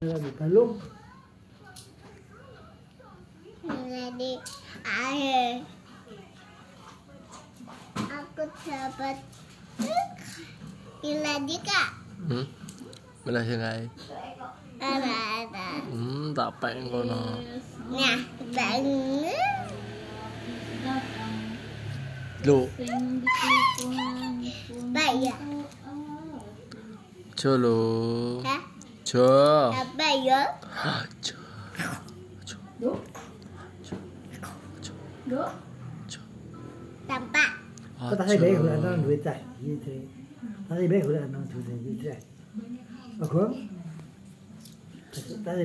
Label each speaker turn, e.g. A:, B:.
A: là bị cả lúc
B: Là đi à hề Aku dapat Gila đi kak
C: Hmm? Belah sungai.
B: Ada ada
C: Hmm, tak apa yang kono.
B: Nah banget
C: Lu,
B: Baik ya
C: jo lu.
B: Ha?
C: Jo.
B: Apa ya?
C: Hah, Jo. Jo.
B: Tampak
A: có ta thấy bé của anh nó đuổi chạy như thế ta thấy bé của anh nó thủ thế như thế mà không ta thấy